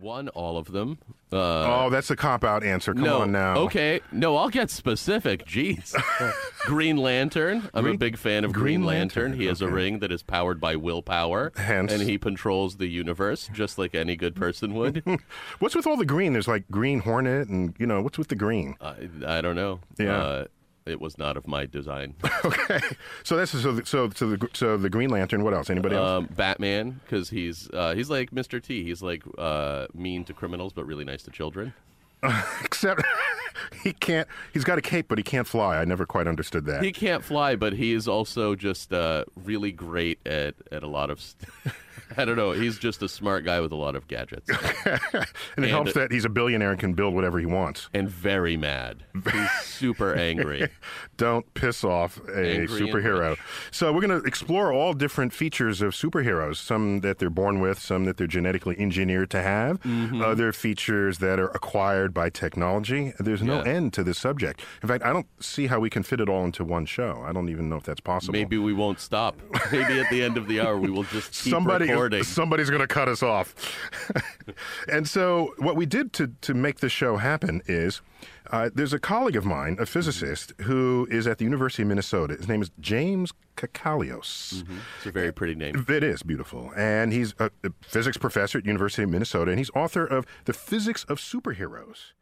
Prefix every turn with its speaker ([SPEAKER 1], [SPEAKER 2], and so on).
[SPEAKER 1] won all of them. Uh,
[SPEAKER 2] oh, that's a cop out answer. Oh, Come
[SPEAKER 1] no,
[SPEAKER 2] on now.
[SPEAKER 1] okay, no, I'll get specific. Jeez, Green Lantern. I'm a
[SPEAKER 2] Green-
[SPEAKER 1] big fan of
[SPEAKER 2] Green
[SPEAKER 1] Green, Lantern.
[SPEAKER 2] Lantern,
[SPEAKER 1] He has a
[SPEAKER 2] okay.
[SPEAKER 1] ring that is powered by willpower,
[SPEAKER 2] Hence-
[SPEAKER 1] and he controls the universe just like any good person would.
[SPEAKER 2] What's with all the green? There's like Green Hornet, and you know what's with the green?
[SPEAKER 1] I, I don't know.
[SPEAKER 2] Yeah.
[SPEAKER 1] Uh, it was not of my design.
[SPEAKER 2] Okay, so that's so the, so so the so the Green Lantern. What else? Anybody else?
[SPEAKER 1] Um, Batman, because he's uh, he's like Mr. T. He's like uh, mean to criminals but really nice to children.
[SPEAKER 2] Except he can't. He's got a cape, but he can't fly. I never quite understood that.
[SPEAKER 1] He can't fly, but he is also just uh, really great at at a lot of. St- I don't know. He's just a smart guy with a lot of gadgets
[SPEAKER 2] and it
[SPEAKER 1] and-
[SPEAKER 2] helps that he's a billionaire and can build whatever he wants.
[SPEAKER 1] and very mad. He's super angry.
[SPEAKER 2] Don't piss off a
[SPEAKER 1] Angry and
[SPEAKER 2] superhero.
[SPEAKER 1] rich.
[SPEAKER 2] So we're going to explore all different features of superheroes. Some that they're born with, some that they're genetically engineered to have,
[SPEAKER 1] Mm-hmm.
[SPEAKER 2] other features that are acquired by technology. There's no
[SPEAKER 1] Yeah.
[SPEAKER 2] end to this subject. In fact, I don't see how we can fit it all into one show. I don't even know if that's possible.
[SPEAKER 1] Maybe we won't stop. Maybe at the end of the hour we will just keep
[SPEAKER 2] somebody
[SPEAKER 1] recording.
[SPEAKER 2] somebody's going to cut us off. and so what we did to to make the show happen is uh, there's a colleague of mine, a physicist
[SPEAKER 1] Mm-hmm.
[SPEAKER 2] who is at the University of Minnesota. His name is James Kakalios.
[SPEAKER 1] Mm-hmm. It's a very pretty name.
[SPEAKER 2] It is beautiful. And he's a, a physics professor at University of Minnesota and he's author of The Physics of Superheroes.